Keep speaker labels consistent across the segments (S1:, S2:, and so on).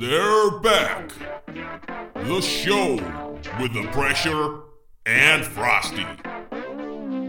S1: They're back. The show with the pressure and Frosty.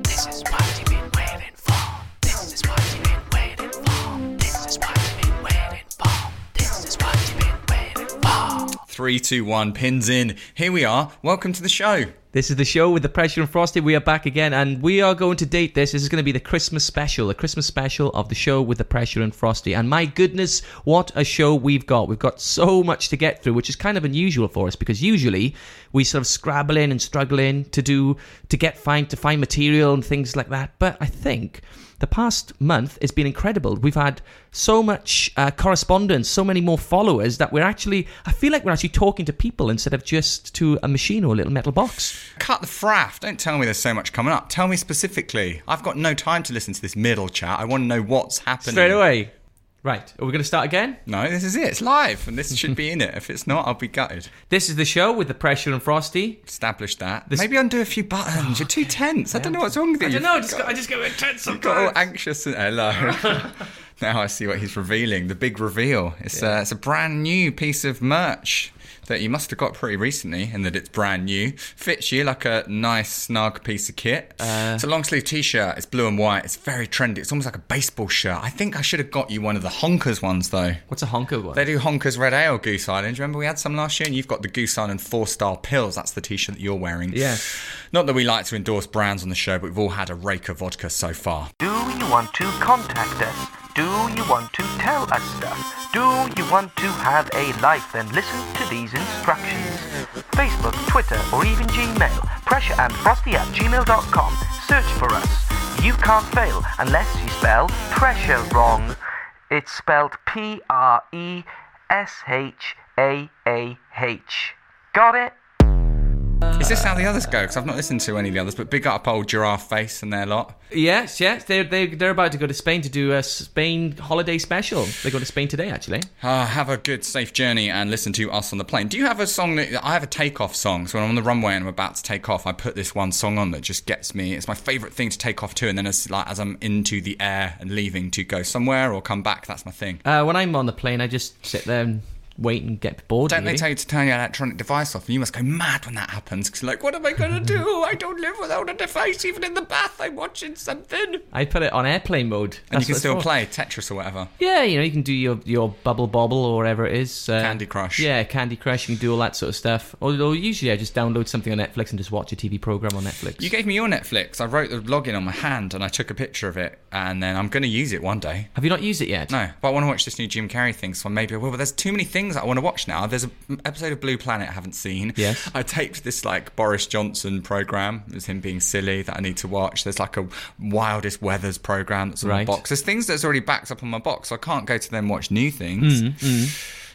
S2: This is what you've been waiting for. This is what you've been waiting for. This is what you've been waiting for. This is what you've been waiting for.
S3: Three, two, one, pins in. Here we are. Welcome to the show.
S4: This is the show with the pressure and frosty. We are back again, and we are going to date this. This is going to be the Christmas special, the Christmas special of the show with the pressure and frosty. And my goodness, what a show we've got! We've got so much to get through, which is kind of unusual for us because usually we sort of scrabble in and struggle in to do to get find to find material and things like that. But I think the past month has been incredible. We've had so much uh, correspondence, so many more followers that we're actually, I feel like we're actually talking to people instead of just to a machine or a little metal box.
S3: Cut the fraff. Don't tell me there's so much coming up. Tell me specifically. I've got no time to listen to this middle chat. I want to know what's happening.
S4: Straight away. Right, are we going to start again?
S3: No, this is it. It's live, and this should be in it. If it's not, I'll be gutted.
S4: This is the show with the pressure and frosty.
S3: Establish that. Maybe undo a few buttons. You're too tense. I don't know what's wrong with you.
S4: I
S3: You've
S4: don't know. I just
S3: got-
S4: got, I just got a bit tense
S3: got all
S4: sometimes.
S3: anxious. And, hello. now I see what he's revealing. The big reveal. It's uh, it's a brand new piece of merch that you must have got pretty recently, and that it's brand new. Fits you like a nice snug piece of kit. it's a long sleeve t-shirt. It's blue and white. It's very trendy. It's almost like a baseball shirt. I think I should have got you one of the honkers ones though.
S4: What's a honker one?
S3: They do Honkers Red Ale Goose Island. Do you Remember we had some last year, and you've got the Goose Island Four Star Pills. That's the T-shirt that you're wearing.
S4: Yeah.
S3: Not that we like to endorse brands on the show, but we've all had a rake of vodka so far.
S5: Do you want to contact us? Do you want to tell us stuff? Do you want to have a life? Then listen to these instructions. Facebook, Twitter, or even Gmail. Pressure and Frosty at gmail.com. Search for us. You can't fail unless you spell pressure wrong. It's spelled P R E S H A A H. Got it?
S3: Is this how the others go? Because I've not listened to any of the others, but big up old Giraffe Face and their lot.
S4: Yes, yes. They're, they they're about to go to Spain to do a Spain holiday special. They go to Spain today, actually.
S3: Uh, have a good, safe journey and listen to us on the plane. Do you have a song that I have a takeoff song? So when I'm on the runway and I'm about to take off, I put this one song on that just gets me. It's my favorite thing to take off to, and then as like as I'm into the air and leaving to go somewhere or come back, that's my thing.
S4: Uh, when I'm on the plane, I just sit there and wait and get bored.
S3: Don't they
S4: really.
S3: tell you to turn your electronic device off? And you must go mad when that happens because, like, what am I going to do? I don't live without a device. Even in the bath, I'm watching something.
S4: I put it on airplane
S3: And
S4: mode. That's
S3: you
S4: what
S3: can
S4: it's
S3: still
S4: for.
S3: play Tetris or whatever.
S4: Yeah, you know, you can do your, your bubble bobble or whatever it is. Uh,
S3: Candy Crush.
S4: Yeah, Candy Crush. You can do all that sort of stuff. Or, or usually I just download something on Netflix and just watch a TV program on Netflix.
S3: You gave me your Netflix. I wrote the login on my hand and I took a picture of it, and then I'm going to use it one day.
S4: Have you not used it yet?
S3: No, but I want to watch this new Jim Carrey thing, so maybe I will. But there's too many things I want to watch now. There's an episode of Blue Planet I haven't seen.
S4: Yes.
S3: I taped this like Boris Johnson program. It's him being silly that I need to watch. There's like a Wildest Weathers program that's on
S4: Right.
S3: my box. There's things that's already backed up on my box, so I can't go to them and watch new things.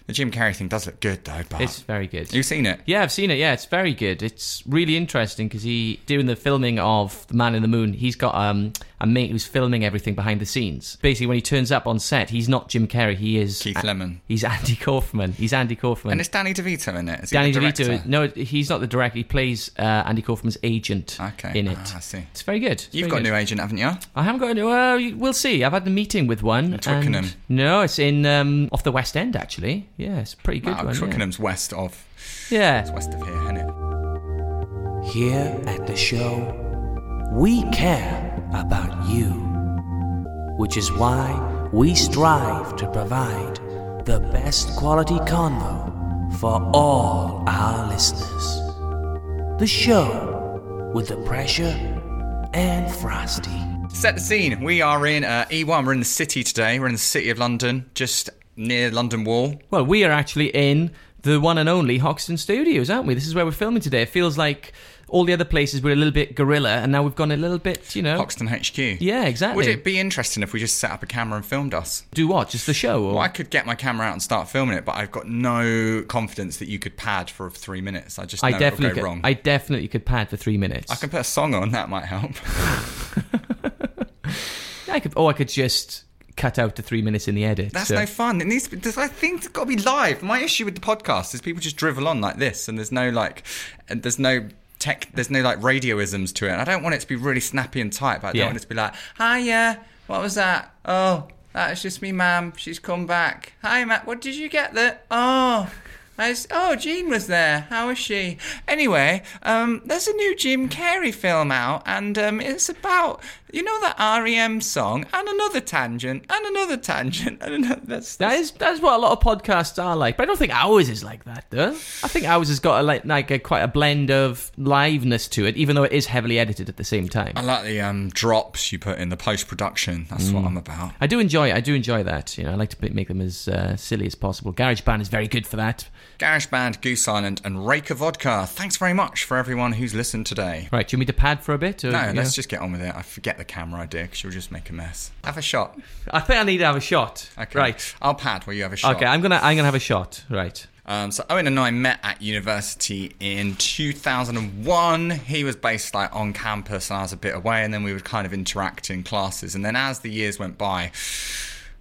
S3: The Jim Carrey thing does look good though, but
S4: Mm, It's very good.
S3: you've seen it.
S4: Yeah, I've seen it. Yeah, it's very good. It's really interesting because he doing the filming of The Man in the Moon. He's got um, a mate who's filming everything behind the scenes. Basically, when he turns up on set, he's not Jim Carrey. He is
S3: Keith Lemon.
S4: He's Andy Kaufman. He's Andy Kaufman.
S3: And it's Danny DeVito in it. Is he
S4: Danny
S3: the director?
S4: DeVito. No, he's not the director. He plays uh, Andy Kaufman's agent
S3: Okay.
S4: in it.
S3: Ah, I see.
S4: It's very good. It's
S3: You've
S4: very
S3: got a
S4: good.
S3: new agent, haven't you?
S4: I haven't got a new. Uh, we'll see. I've had a meeting with one. and-
S3: Twickenham.
S4: no, it's in um, off the West End actually. Yeah, it's a pretty good
S3: Wow,
S4: one. yeah.
S3: Twickenham's west of
S4: Yeah.
S3: it's west of here, isn't it?
S2: Here at the show, we care about you, which is why we strive to provide the best quality convo for all our listeners. The show with the pressure and frosty.
S3: Set the scene. We are in uh, E1. We're in the city today. We're in the city of London, just near London Wall.
S4: Well, we are actually in the one and only Hoxton Studios, aren't we? This is where we're filming today. It feels like all the other places were a little bit guerrilla, and now we've gone a little bit, you know.
S3: Hoxton HQ.
S4: Oh. Yeah, exactly.
S3: Would it be interesting if we just set up a camera and filmed us?
S4: Do what? Just the show? Or...
S3: Well, I could get my camera out and start filming it, but I've got no confidence that you could pad for three minutes. I just know
S4: I definitely
S3: it'll go
S4: could,
S3: wrong.
S4: I definitely could pad for three minutes.
S3: I can put a song on that might help.
S4: I could. Oh, I could just cut out the three minutes in the edit.
S3: That's
S4: so-
S3: no fun. It needs. To be, there's- I think it's got to be live. My issue with the podcast is people just drivel on like this, and there's no like, and there's no tech. There's no like radioisms to it. And I don't want it to be really snappy and tight, but I don't
S4: Yeah.
S3: want it to be like, "Hi, yeah, what was that? Oh, "Ah, it's just me, ma'am. She's come back. Hi, Matt. What did you get there? Oh. I s oh, Jean was there. How is she? Anyway, um, there's a new Jim Carrey film out, and um, it's about you know that REM song, and another tangent, and another tangent, and another. That's,
S4: That is that is what a lot of podcasts are like, but I don't think ours is like that, though. I think ours has got a, like like a, quite a blend of liveness to it, even though it is heavily edited at the same time.
S3: I like the um, drops you put in the post production. That's what I'm about.
S4: I do enjoy it. I do enjoy that. You know, I like to p- make them as uh, silly as possible. GarageBand is very good for that.
S3: GarageBand, Goose Island, and Raker Vodka. Thanks very much for everyone who's listened today.
S4: Right, do you need to pad for a bit? Or,
S3: No,
S4: you
S3: let's
S4: know?
S3: just get on with it. I forget the camera idea because you'll just make a mess. Have a shot.
S4: I think I need to have a shot.
S3: Okay.
S4: Right.
S3: I'll pad while you have a shot.
S4: Okay, I'm gonna I'm gonna have a shot. Right.
S3: Um, so Owen and I met at university in 2001. He was based like on campus, and I was a bit away, and then we would kind of interact in classes. And then as the years went by,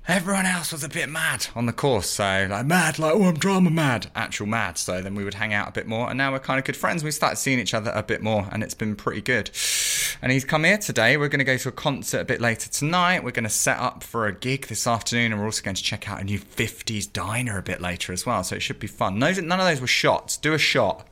S3: everyone else was a bit mad on the course. So like mad, like oh I'm drama mad, actual mad. So then we would hang out a bit more, and now we're kind of good friends. We started seeing each other a bit more, and it's been pretty good. And he's come here today. We're going to go to a concert a bit later tonight. We're going to set up for a gig this afternoon, and we're also going to check out a new 50s diner a bit later as well. So it should be fun. Those, none of those were shots. Do a shot.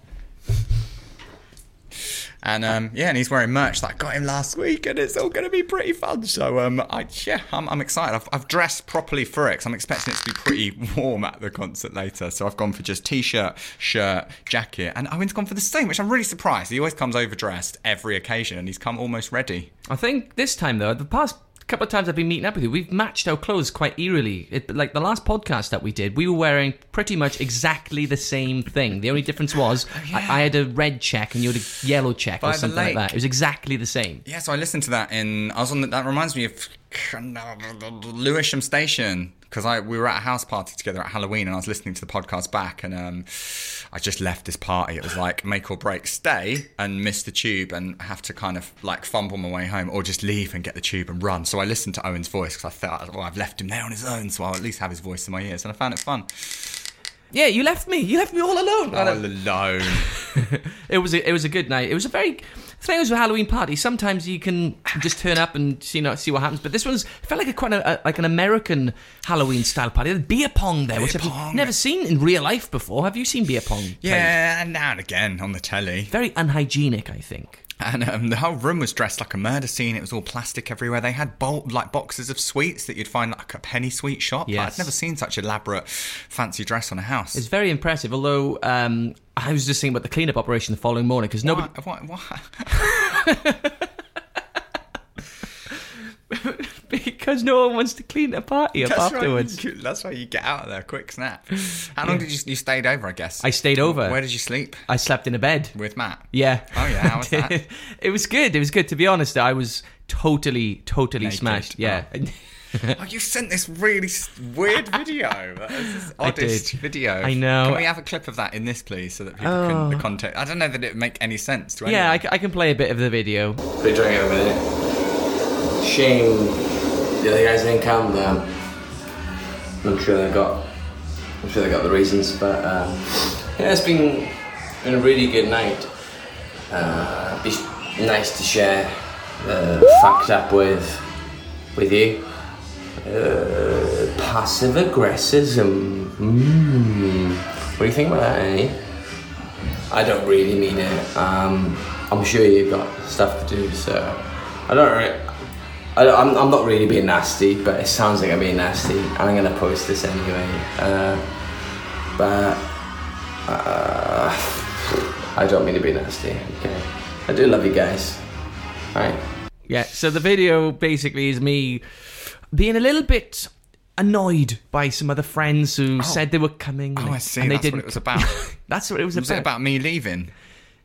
S3: And um, yeah, and he's wearing merch that I got him last week, and it's all going to be pretty fun. So um, I, yeah, I'm, I'm excited. I've, I've dressed properly for it 'cause I'm expecting it to be pretty warm at the concert later. So I've gone for just t-shirt, shirt, jacket, and Owen's gone for the same, which I'm really surprised. He always comes overdressed every occasion, and he's come almost ready.
S4: I think this time though, the past couple of times I've been meeting up with you, we've matched our clothes quite eerily. It, like the last podcast that we did, we were wearing pretty much exactly the same thing. The only difference was I, I had a red check and you had a yellow check
S3: By
S4: or
S3: the
S4: something like that.
S3: lake.
S4: It was exactly the same.
S3: Yeah, so I listened to that in. I was on. The, that reminds me of Lewisham Station because I we were at a house party together at Halloween, and I was listening to the podcast back, and um, I just left this party. It was like make or break, stay and miss the tube, and have to kind of like fumble my way home, or just leave and get the tube and run. So I listened to Owen's voice because I thought, well, I've left him there on his own, so I'll at least have his voice in my ears, and I found it fun.
S4: Yeah, you left me. You left me all alone.
S3: All alone.
S4: It was a, it was a good night. It was a very the thing was with Halloween party. Sometimes you can just turn up and see, you know, see what happens. But this one's felt like a quite a, a- like an American Halloween style party. There's beer pong there, which I've
S3: pong.
S4: never seen in real life before. Have you seen beer pong? played?
S3: Yeah, and now and again on the telly.
S4: very unhygienic, I think.
S3: And um, the whole room was dressed like a murder scene. It was all plastic everywhere. They had bolt like boxes of sweets that you'd find like a penny sweet shop. Like,
S4: Yes.
S3: I'd never seen such elaborate fancy dress on a house.
S4: It's very impressive. Although um, I was just thinking about the cleanup operation the following morning because nobody.
S3: what, what, what?
S4: Because no one wants to clean the party up
S3: That's,
S4: afterwards.
S3: Right. You- That's why you get out of there. Quick snap. How long did you you stayed over? I guess
S4: I stayed over.
S3: Where did you sleep
S4: I slept in a bed.
S3: with Matt?
S4: Yeah.
S3: Oh, yeah, how was that?
S4: it was good. It was good. To be honest, I was totally, totally
S3: Naked.
S4: smashed. Yeah.
S3: Oh, you sent this really s- weird video. That was this oddest
S4: did.
S3: video.
S4: I know. Oh.
S3: Can we have a clip of that in this, please, so that people can the context? I don't know that it would make any sense to anyone.
S4: yeah, I, c- I can play a bit of the video.
S6: What are you doing over there? Shame the other guys didn't come. Um, I'm sure they got, I'm sure they got the reasons, but um, yeah, it's been been a really good night. Uh, be nice to share uh, fucked up with with you. Uh, passive aggressivism. Mm. What do you think about that, eh? I don't really mean it. Um, I'm sure you've got stuff to do, so I don't really. I don't, I'm, I'm not really being nasty, but it sounds like I'm being nasty, and I'm gonna post this anyway. Uh, but uh, I don't mean to be nasty. Okay, I do love you guys. All right.
S4: Yeah, so the video basically is me being a little bit annoyed by some other friends who said they were coming.
S3: Oh, I see. That's what it was about.
S4: That's what it was,
S3: Was it about me leaving?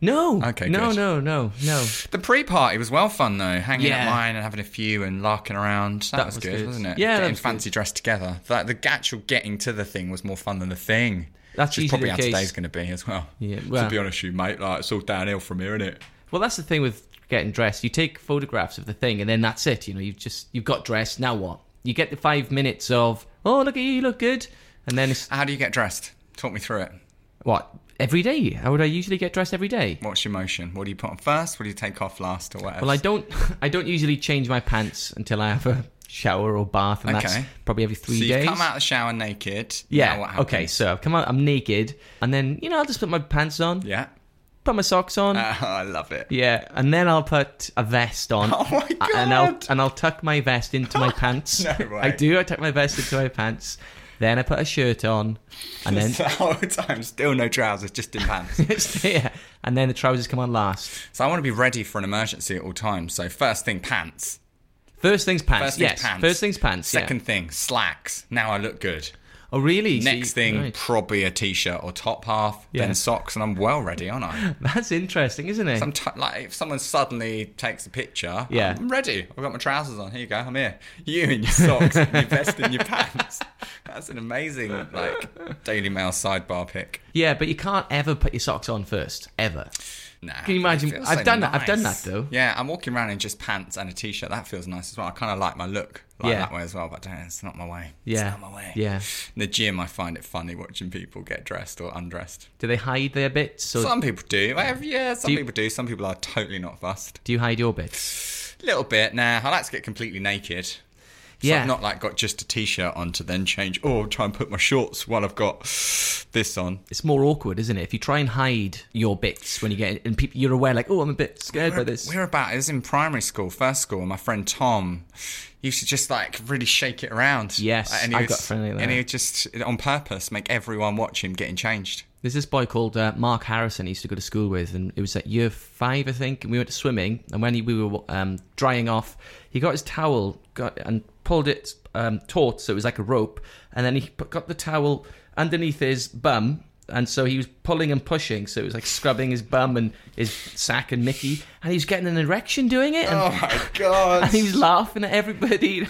S4: No.
S3: Okay,
S4: No,
S3: good.
S4: no, no, no.
S3: The pre-party was well fun though, hanging
S4: Yeah.
S3: at mine and having a few and larking around. That, was,
S4: was
S3: good,
S4: good.
S3: wasn't it?
S4: Yeah, that
S3: getting
S4: was good.
S3: fancy dressed together. That the actual getting to the thing was more fun than the thing.
S4: That's
S3: which is
S4: usually
S3: probably
S4: the
S3: how
S4: case.
S3: today's going to be as well.
S4: Yeah,
S3: to
S4: well-
S3: be honest, with you mate, like it's all downhill from here, isn't it?
S4: Well, that's the thing with getting dressed. You take photographs of the thing, and then that's it. You know, you've just you've got dressed. Now what? You get the five minutes of oh look at you, you look good, and then it's
S3: How do you get dressed? Talk me through it.
S4: what every day. How would I usually get dressed every day?
S3: What's your motion? What do you put on first? What do you take off last, or whatever?
S4: Well, I don't I don't usually change my pants until I have a shower or bath, and that's
S3: Okay.
S4: probably every three
S3: so
S4: days.
S3: you come out of the shower naked. Now what
S4: yeah.
S3: happens?
S4: Okay. So I've come out. I'm naked, and then you know I'll just put my pants on,
S3: Yeah.
S4: put my socks on.
S3: Uh, I love it.
S4: yeah, and then I'll put a vest on.
S3: Oh my
S4: a- And I'll
S3: God.
S4: and I'll tuck my vest into my pants.
S3: No way.
S4: I do. I tuck my vest into my pants. Then I put a shirt on, and then
S3: the whole time, still no trousers, just in pants.
S4: yeah, and then the trousers come on last.
S3: so I want to be ready for an emergency at all times. So first thing, pants.
S4: First things pants.
S3: First
S4: yes.
S3: things pants.
S4: First things pants.
S3: Second
S4: Yeah.
S3: thing, slacks. Now I look good.
S4: Oh, really? So
S3: Next
S4: you-
S3: thing,
S4: right.
S3: probably a t-shirt or top half,
S4: Yeah.
S3: then socks, and I'm well ready, aren't I?
S4: That's interesting, isn't it?
S3: I'm t- like, if someone suddenly takes a picture,
S4: Yeah.
S3: I'm ready. I've got my trousers on. Here you go. I'm here. You in your socks, and your vest, and your pants. That's an amazing like Daily Mail sidebar pick.
S4: yeah, but you can't ever put your socks on first, ever.
S3: Nah,
S4: Can you
S3: it
S4: imagine-
S3: feels
S4: I've
S3: so
S4: done that- I've done
S3: nice.
S4: that, though.
S3: Yeah, I'm walking around in just pants and a t-shirt. That feels nice as well. I kind of like my look like
S4: Yeah.
S3: that way as well, but I don't, it's not my way.
S4: Yeah.
S3: it's not my way.
S4: Yeah.
S3: In the gym, I find it funny watching people get dressed or undressed.
S4: Do they hide their bits? So
S3: Some people do. I have- yeah, some
S4: Do you-
S3: people do. Some people are totally not fussed.
S4: do you hide your bits?
S3: A little bit. Nah, I like to get completely naked. So
S4: Yeah.
S3: I've not like got just a t-shirt on to then change. Or try and put my shorts while I've got this on.
S4: It's more awkward, isn't it? If you try and hide your bits when you get in, and people, you're aware, like, oh, I'm a bit scared by this.
S3: We were about, it was in primary school, first school, and my friend Tom used to just like really shake it around.
S4: Yes,
S3: and he
S4: I've
S3: was-
S4: got a friend like that.
S3: And he would just, on purpose, make everyone watch him getting changed.
S4: There's this boy called uh, Mark Harrison. He used to go to school with, and it was at year five, I think. And we went to swimming, and when he, we were um, drying off, he got his towel got and pulled it um, taut, so it was like a rope, and then he put, got the towel underneath his bum. And so he was pulling and pushing, so it was like scrubbing his bum and his sack and Mickey, and he was getting an erection doing it, and,
S3: Oh my God.
S4: and he was laughing at everybody,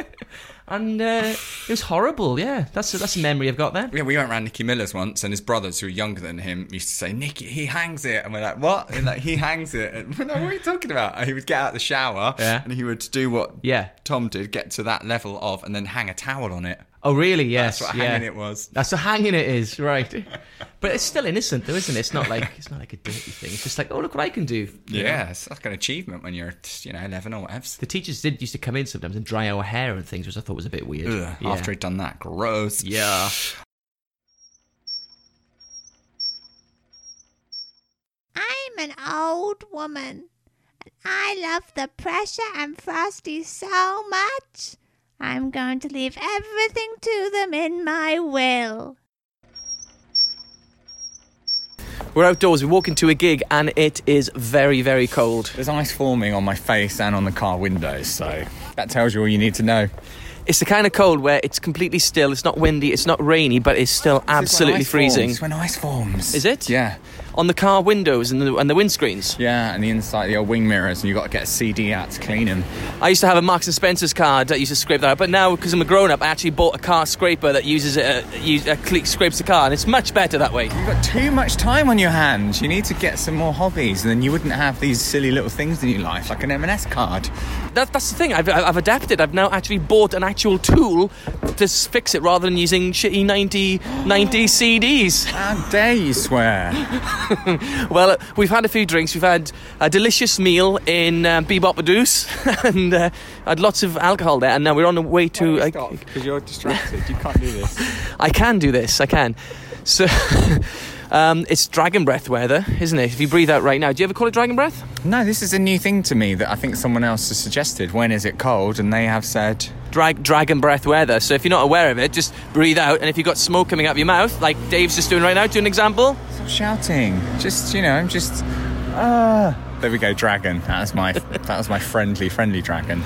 S4: and uh, it was horrible. Yeah, that's a, that's a memory I've got there.
S3: Yeah, we went round Nicky Miller's once, and his brothers, who were younger than him, used to say, "Nicky, he hangs it," and we're like, "What?" And like, he hangs it. And we're like, what are you talking about? And he would get out the shower,
S4: Yeah.
S3: and he would do what
S4: Yeah.
S3: Tom did, get to that level of, and then hang a towel on it.
S4: Oh, really? Yes.
S3: That's what
S4: yeah.
S3: hanging it was.
S4: That's what hanging it is, right? but it's still innocent, though, isn't it? It's not like it's not like a dirty thing. It's just like, oh, look what I can do.
S3: Yeah, it's like an achievement when you're, you know, eleven or whatever.
S4: The teachers did used to come in sometimes and dry our hair and things, which I thought was a bit weird.
S3: Ugh,
S4: yeah.
S3: After he'd done that, gross.
S4: yeah.
S7: I'm an old woman, and I love the pressure and frosty so much. I'm going to leave everything to them in my will.
S8: We're outdoors, we walk into a gig, and it is very, very cold.
S3: There's ice forming on my face and on the car windows, so that tells you all you need to know.
S8: It's the kind of cold where it's completely still, it's not windy, it's not rainy, but it's still absolutely freezing.
S3: It's when ice forms.
S8: Is it?
S3: Yeah.
S8: On the car windows and the, and the windscreens.
S3: Yeah, and the inside, the old wing mirrors, and you've got to get a CD out to clean them.
S8: I used to have a Marks and Spencer's card that used to scrape that out, but now, because I'm a grown up, I actually bought a car scraper that uses it, uh, use, uh, cle- scrapes the car, and it's much better that way.
S3: You've got too much time on your hands. You need to get some more hobbies, and then you wouldn't have these silly little things in your life, like an M&S card.
S8: That, that's the thing, I've, I've I've adapted. I've now actually bought an actual tool to s- fix it rather than using shitty 90, 90 CDs.
S3: How dare you swear?
S8: Well, uh, we've had a few drinks. We've had a delicious meal in um, Bebop Badoos and uh, had lots of alcohol there. And now we're on the way to. I,
S3: because you're distracted. You can't do this.
S8: I can do this. I can. So. Um, it's dragon breath weather, isn't it? If you breathe out right now, do you ever call it dragon breath?
S3: No, this is a new thing to me that I think someone else has suggested. When is it cold? And they have said,
S8: Drag dragon breath weather. So if you're not aware of it, just breathe out. And if you've got smoke coming out of your mouth, like Dave's just doing right now, do an example.
S3: stop shouting. Just, you know, I'm just... Uh. There we go, dragon. That was my, that was my friendly, friendly dragon.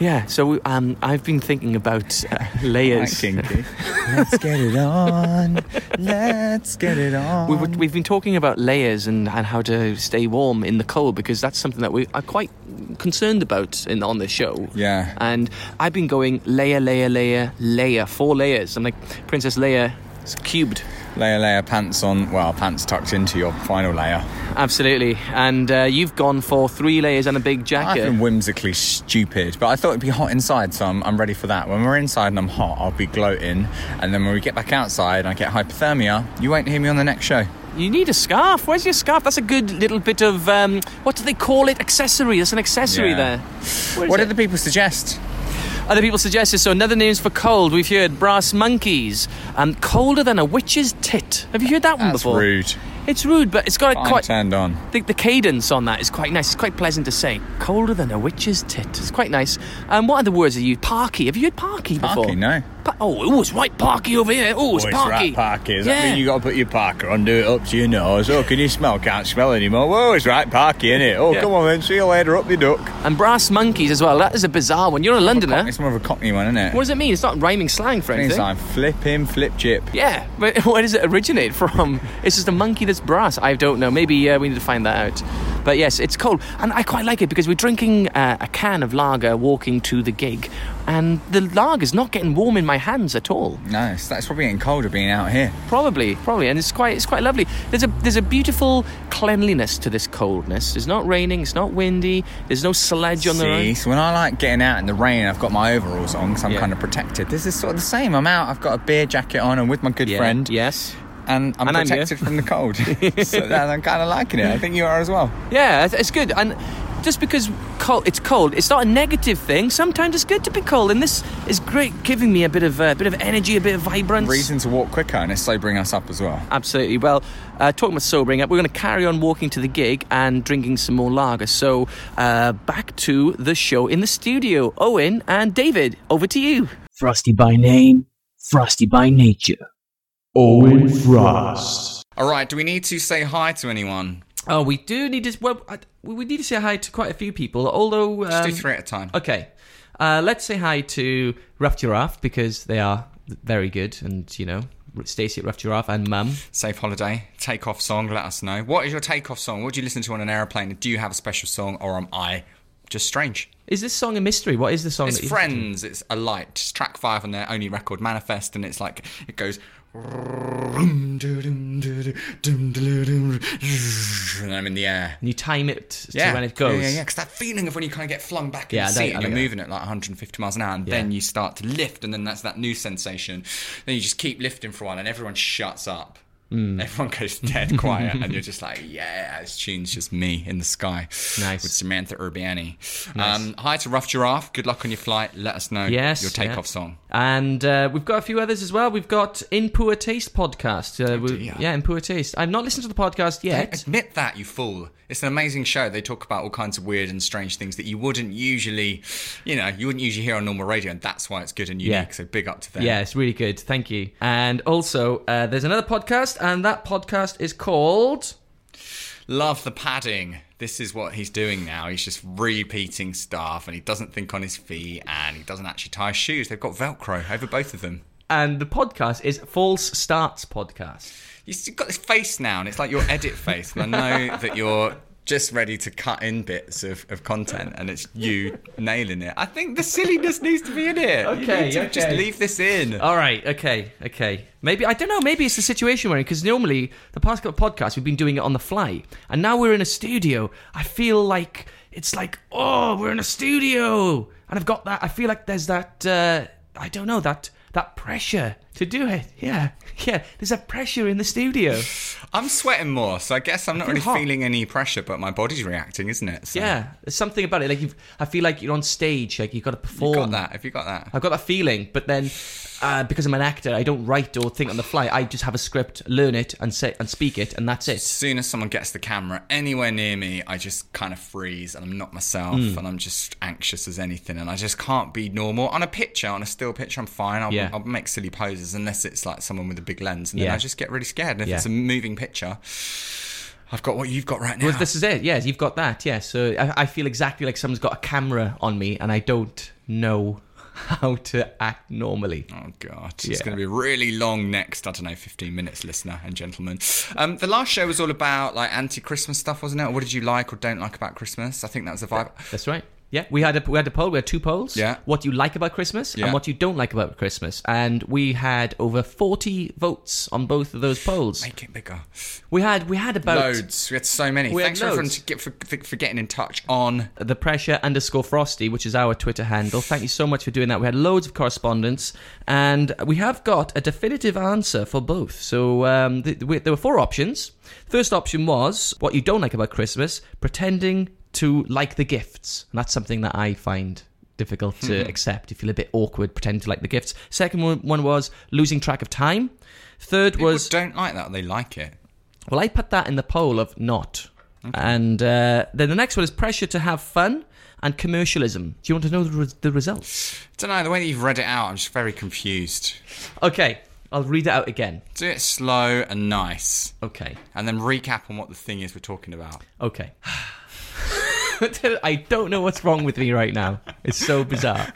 S8: Yeah. So um, I've been thinking about uh, layers.
S3: Let's get it on. Let's get it on.
S8: We, we- we've been talking about layers and, and how to stay warm in the cold because that's something that we are quite concerned about in, on this show.
S3: Yeah.
S8: And I've been going layer, layer, layer, layer, four layers. I'm like Princess Leia, it's cubed.
S3: layer, layer, pants on. Well, pants tucked into your final layer.
S8: Absolutely. And uh, you've gone for three layers and a big
S3: I've
S8: jacket.
S3: been whimsically stupid, but I thought it'd be hot inside, so I'm, I'm ready for that. When we're inside and I'm hot, I'll be gloating, and then when we get back outside and I get hypothermia, you won't hear me on the next show.
S8: You need a scarf. Where's your scarf? That's a good little bit of um, what do they call it? Accessory. That's an accessory
S3: Yeah.
S8: there. Where is
S3: what
S8: it?
S3: did the people suggest?
S8: Other people suggested so. Another names for cold. We've heard brass monkeys and colder than a witch's tit. Have you heard that one
S3: That's
S8: before?
S3: rude.
S8: It's rude, but it's got a
S3: I'm
S8: quite.
S3: turned on.
S8: The, the cadence on that is quite nice. It's quite pleasant to say. Colder than a witch's tit. It's quite nice. Um, what other words are you? Parky. Have you heard parky before?
S3: Parky, no.
S8: Pa- oh, ooh, it's right parky over here. Oh, it's
S9: Oh,
S8: parky.
S9: right Parky. Does that
S8: yeah.
S9: mean you got to put your Parker on, do it up to your nose? Oh, can you smell? Can't smell anymore. Whoa, it's right Parky, innit? Oh,
S8: Yeah.
S9: come on then. See you later. Up your duck.
S8: and brass monkeys as well. That is a bizarre one. You're a Londoner.
S3: It's more of a cockney one, isn't it?
S8: What does it mean? It's not rhyming slang for anything.
S3: It's like flip him, flip chip.
S8: Yeah, but where does it originate from? It's just a monkey that's brass. I don't know. Maybe uh, we need to find that out. But yes, it's cold, and I quite like it because we're drinking uh, a can of lager walking to the gig, and the lager's not getting warm in my hands at all.
S3: Nice. That's probably getting colder being out here.
S8: Probably, probably, and it's quite it's quite lovely. There's a there's a beautiful cleanliness to this coldness. It's not raining. It's not windy. There's no sledge on the
S3: See,
S8: road.
S3: so when I like getting out in the rain, I've got my overalls on because I'm
S8: Yeah.
S3: kind of protected. This is sort of the same. I'm out. I've got a beer jacket on and with my good
S8: Yeah,
S3: friend,
S8: Yes.
S3: and I'm
S8: And I'm
S3: protected from the cold. so that, I'm kind of liking it. I think you are as well.
S8: Yeah, it's- it's good. And just because cold, it's cold, it's not a negative thing. Sometimes it's good to be cold, and this is great, giving me a bit of uh, bit of energy, a bit of vibrance.
S3: Reason to walk quicker, and it's sobering us up as well.
S8: Absolutely. Well, uh, talking about sobering up, we're going to carry on walking to the gig and drinking some more lager. So, uh, back to the show in the studio. Owen and David, over to you.
S10: Frosty by name, Frosty by nature.
S11: Owen Frost.
S3: All right. Do we need to say hi to anyone?
S4: Oh, we do need to. Well, I, we need to say hi to quite a few people. Although,
S3: Just
S4: um,
S3: do three at a time.
S4: Okay, uh, let's say hi to Rough Giraffe because they are very good, and you know, Stacey at Rough Giraffe and Mum.
S3: Safe holiday. Takeoff song. Let us know. What is your takeoff song? What do you listen to on an airplane? Do you have a special song, or am I just strange?
S4: Is this song a mystery? What is the song?
S3: It's
S4: that you-
S3: Friends. It's a light. It's track five on their only record, Manifest, and it's like it goes. And I'm in the air.
S4: And you time it to
S3: Yeah,
S4: when it goes.
S3: Yeah, yeah, Because that feeling of when you kind of get flung back in
S4: Yeah, I
S3: the
S4: don't-
S3: seat and
S4: I don't
S3: you're
S4: get
S3: moving at like 150 miles an hour, and then you start to lift, and then that's that new sensation. Then you just keep lifting for one, and everyone shuts up.
S4: Mm.
S3: Everyone goes dead quiet, and you're just like, yeah, this tune's just me in the sky.
S4: Nice.
S3: With Samantha Urbiani. Um, hi to Rough Giraffe. Good luck on your flight. Let us know
S4: Yes,
S3: your
S4: yeah.
S3: takeoff song.
S4: And uh, we've got a few others as well. We've got In Poor Taste podcast.
S3: Oh,
S4: Uh, we- yeah, In Poor Taste. I've not listened to the podcast yet.
S3: Admit that, you fool. It's an amazing show. They talk about all kinds of weird and strange things that you wouldn't usually, you know, you wouldn't usually hear on normal radio, and that's why it's good and unique.
S4: Yeah.
S3: So big up to them.
S4: Yeah, it's really good. Thank you. And also, uh, there's another podcast, and that podcast is called.
S3: Love the padding. This is what he's doing now. He's just repeating stuff and he doesn't think on his feet and he doesn't actually tie his shoes. They've got Velcro over both of them.
S4: And the podcast is False Starts Podcast.
S3: He's got this face now and it's like your edit face. And I know that you're just ready to cut in bits of, of content and it's you nailing it. I think the silliness needs to be in it. You
S4: Okay,
S3: need to Just
S4: okay.
S3: leave this in.
S4: All right, okay, okay. Maybe, I don't know, maybe it's the situation we're in, because normally the past couple of podcasts we've been doing it on the fly, and now we're in a studio. I feel like it's like, oh, we're in a studio. And I've got that, I feel like there's that, uh, I don't know, that. That pressure to do it, yeah, yeah. There's a pressure in the studio.
S3: I'm sweating more, so I guess I'm not really
S4: hot.
S3: feeling any pressure, but my body's reacting, isn't it? So
S4: Yeah, there's something about it. Like you've, I feel like you're on stage, like you've got to perform.
S3: You've got that. Have you got that?
S4: I've got that feeling, but then uh, because I'm an actor, I don't write or think on the fly. I just have a script, learn it, and say and speak it, and that's
S3: As
S4: it.
S3: soon as someone gets the camera anywhere near me, I just kind of freeze and I'm not myself
S4: Hmm.
S3: and I'm just anxious as anything and I just can't be normal. On a picture, on a still picture, I'm fine. I'll,
S4: Yeah.
S3: I'll make silly poses unless it's like someone with a big lens and
S4: Yeah.
S3: then I just get really scared. And if
S4: Yeah.
S3: it's a moving picture, I've got what you've got right now.
S4: Well, this is it. Yes, you've got that. Yes, so I, I feel exactly like someone's got a camera on me, and I don't know how to act normally.
S3: Oh god,
S4: Yeah.
S3: it's going to be really long next. I don't know, fifteen minutes, listener and gentlemen. Um, the last show was all about like anti-Christmas stuff, wasn't it? Or what did you like or don't like about Christmas? I think that was the vibe.
S4: That's right. Yeah, we had a we had a poll. We had two polls.
S3: Yeah.
S4: What you like about Christmas
S3: Yeah.
S4: and what you don't like about Christmas, and we had over forty votes on both of those polls.
S3: Make it bigger.
S4: We had we had about
S3: Loads. We had so many.
S4: We had
S3: Thanks for everyone
S4: loads.
S3: to get, for, for, for getting in touch on.
S4: the pressure underscore frosty, which is our Twitter handle. Thank you so much for doing that. We had loads of correspondence, and we have got a definitive answer for both. So um, th- we, there were four options. First option was what you don't like about Christmas: pretending to like the gifts. And that's something that I find difficult to accept. You feel a bit awkward pretending to like the gifts. Second one, one was losing track of time. Third was
S3: don't like that. They like it.
S4: well, I put that in the poll of not. And uh, then the next one is pressure to have fun and commercialism. Do you want to know the, res the results?
S3: don't know. The way that you've read it out, I'm just very confused.
S4: Okay, I'll read it out again.
S3: Do it slow and nice.
S4: Okay.
S3: And then recap on what the thing is we're talking about.
S4: Okay. I don't know what's wrong with me right now. It's so bizarre.